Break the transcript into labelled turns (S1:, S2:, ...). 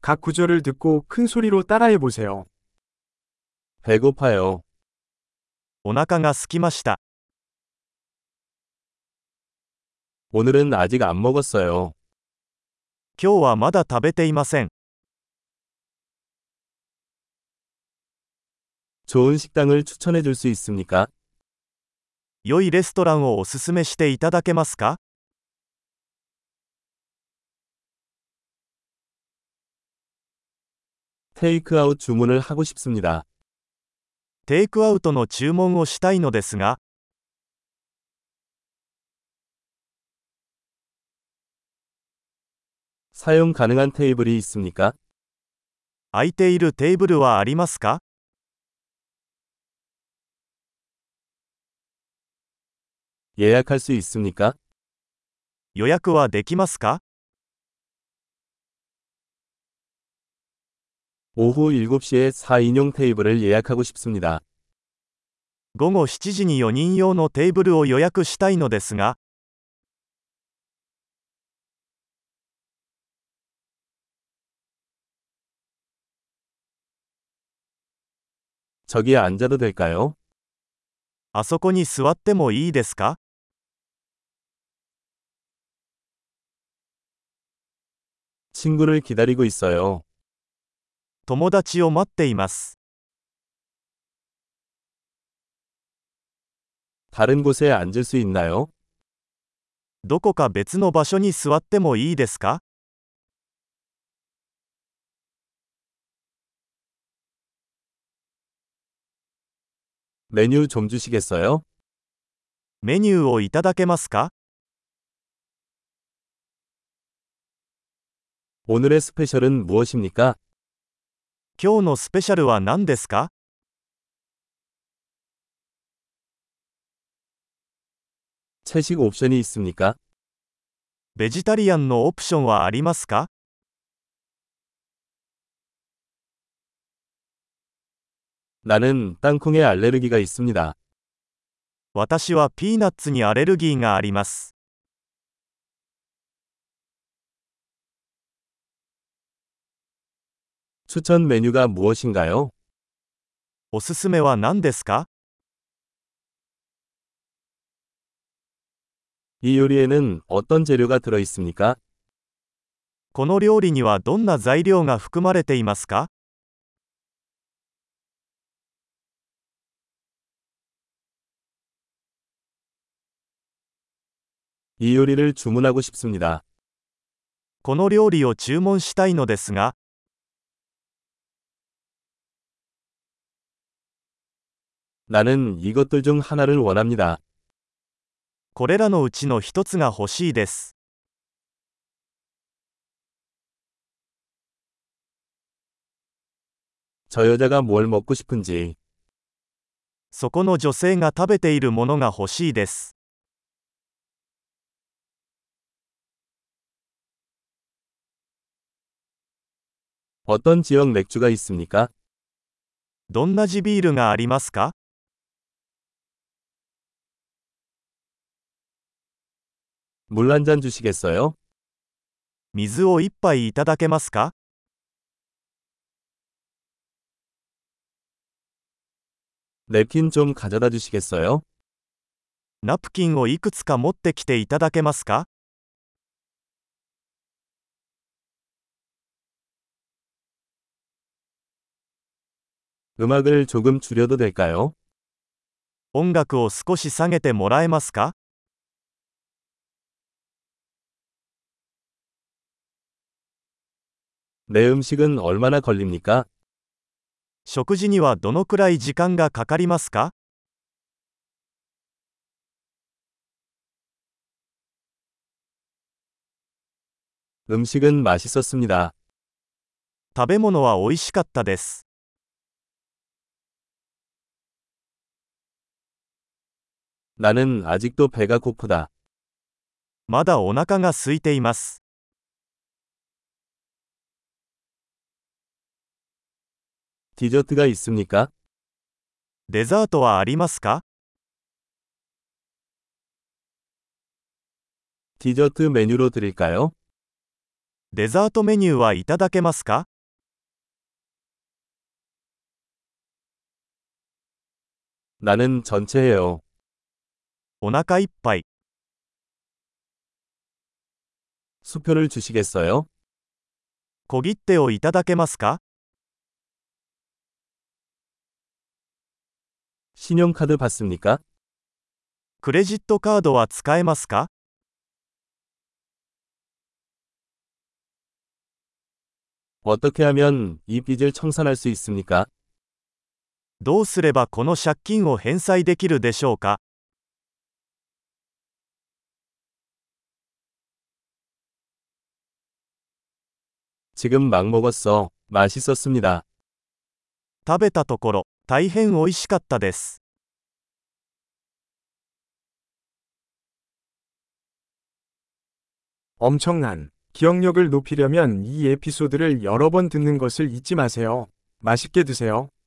S1: 각 구절을 듣고 큰 소리로 따라해 보세요.
S2: 배고파요.
S3: お腹が空きました。
S2: 오늘은 아직 안 먹었어요.
S3: 今日はまだ食べていません。
S2: 좋은 식당을 추천해 줄 수 있습니까?
S3: 良いレストランをおすすめしていただけますか
S2: 테이크아웃 주문을 하고 싶습니다.
S3: テイクアウトの注文をしたいのですが、
S2: 사용 가능한 테이블이 있습니까?
S3: 空いているテーブルはありますか
S2: 예약할 수 있습니까?
S3: 予約はできますか
S2: 오후 7시에 4인용 테이블을 예약하고 싶습니다.
S3: 午後7時に4人用のテーブルを予約したいのですが、
S2: 저기에 앉아도 될까요?
S3: あそこに座ってもいいですか
S2: 친구를 기다리고 있어요.
S3: 友達を待っています。
S2: 다른 곳에 앉을 수 있나요?
S3: どこか別の場所に座ってもいいですか
S2: 메뉴 좀 주시겠어요?
S3: メニューをいただけますか
S2: 오늘의 스페셜은 무엇입니까?
S3: 今日のスペシャルは何ですか
S2: 채식 옵션이 있습니까?
S3: ベジタリアンのオプションはありますか
S2: 나는 땅콩에 알레르기가 있습니다.
S3: 私はピーナッツにアレルギーがあります。
S2: 추천 메뉴가 무엇인가요?
S3: おすすめは何ですか
S2: 이 요리에는 어떤 재료가 들어 있습니까?
S3: この料理にはどんな材料が含まれていますか
S2: 이 요리를 주문하고 싶습니다.
S3: この料理を注文したいのですが、
S2: 나는 이것들 중 하나를 원합니다.
S3: これらのうちの一つが欲しいです。
S2: 저 여자가 뭘 먹고 싶은지,
S3: そこの女性が食べているものが欲しいです。
S2: 어떤 지역 맥주가 있습니까?
S3: どんな地ビールがありますか
S2: 물 한 잔 주시겠어요?
S3: 水を一杯いただけますか
S2: 냅킨 좀 가져다 주시겠어요?
S3: ナプキンをいくつか持ってきていただけますか
S2: 음악을 조금 줄여도 될까요?
S3: 音楽を少し下げてもらえますか
S2: 내 음식은 얼마나 걸립니까?
S3: 食事にはどのくらい時間がかかりますか
S2: 음식은 맛있었습니다.
S3: 食べ物は美味しかったです。
S2: 나는 아직도 배가 고프다.
S3: まだお腹が空いています。
S2: 디저트가 있습니까?
S3: デザートはありますか
S2: 디저트 메뉴로 드릴까요?
S3: デザートメニューはいただけますか
S2: 나는 전체예요.
S3: お腹いっぱい。
S2: 수표를 주시겠어요?
S3: 小切手をいただけますか
S2: 신용카드 받습니까?
S3: クレジットカードは使えますか
S2: 어떻게 하면 이 빚을 청산할 수 있습니까?
S3: どうすればこの借金を返済できるでしょうか
S2: 지금 막 먹었어. 맛있었습니다.
S3: 食べたところ、大変美味しかったです。
S1: 엄청난 기억력을 높이려면 이 에피소드를 여러 번 듣는 것을 잊지 마세요. 맛있게 드세요.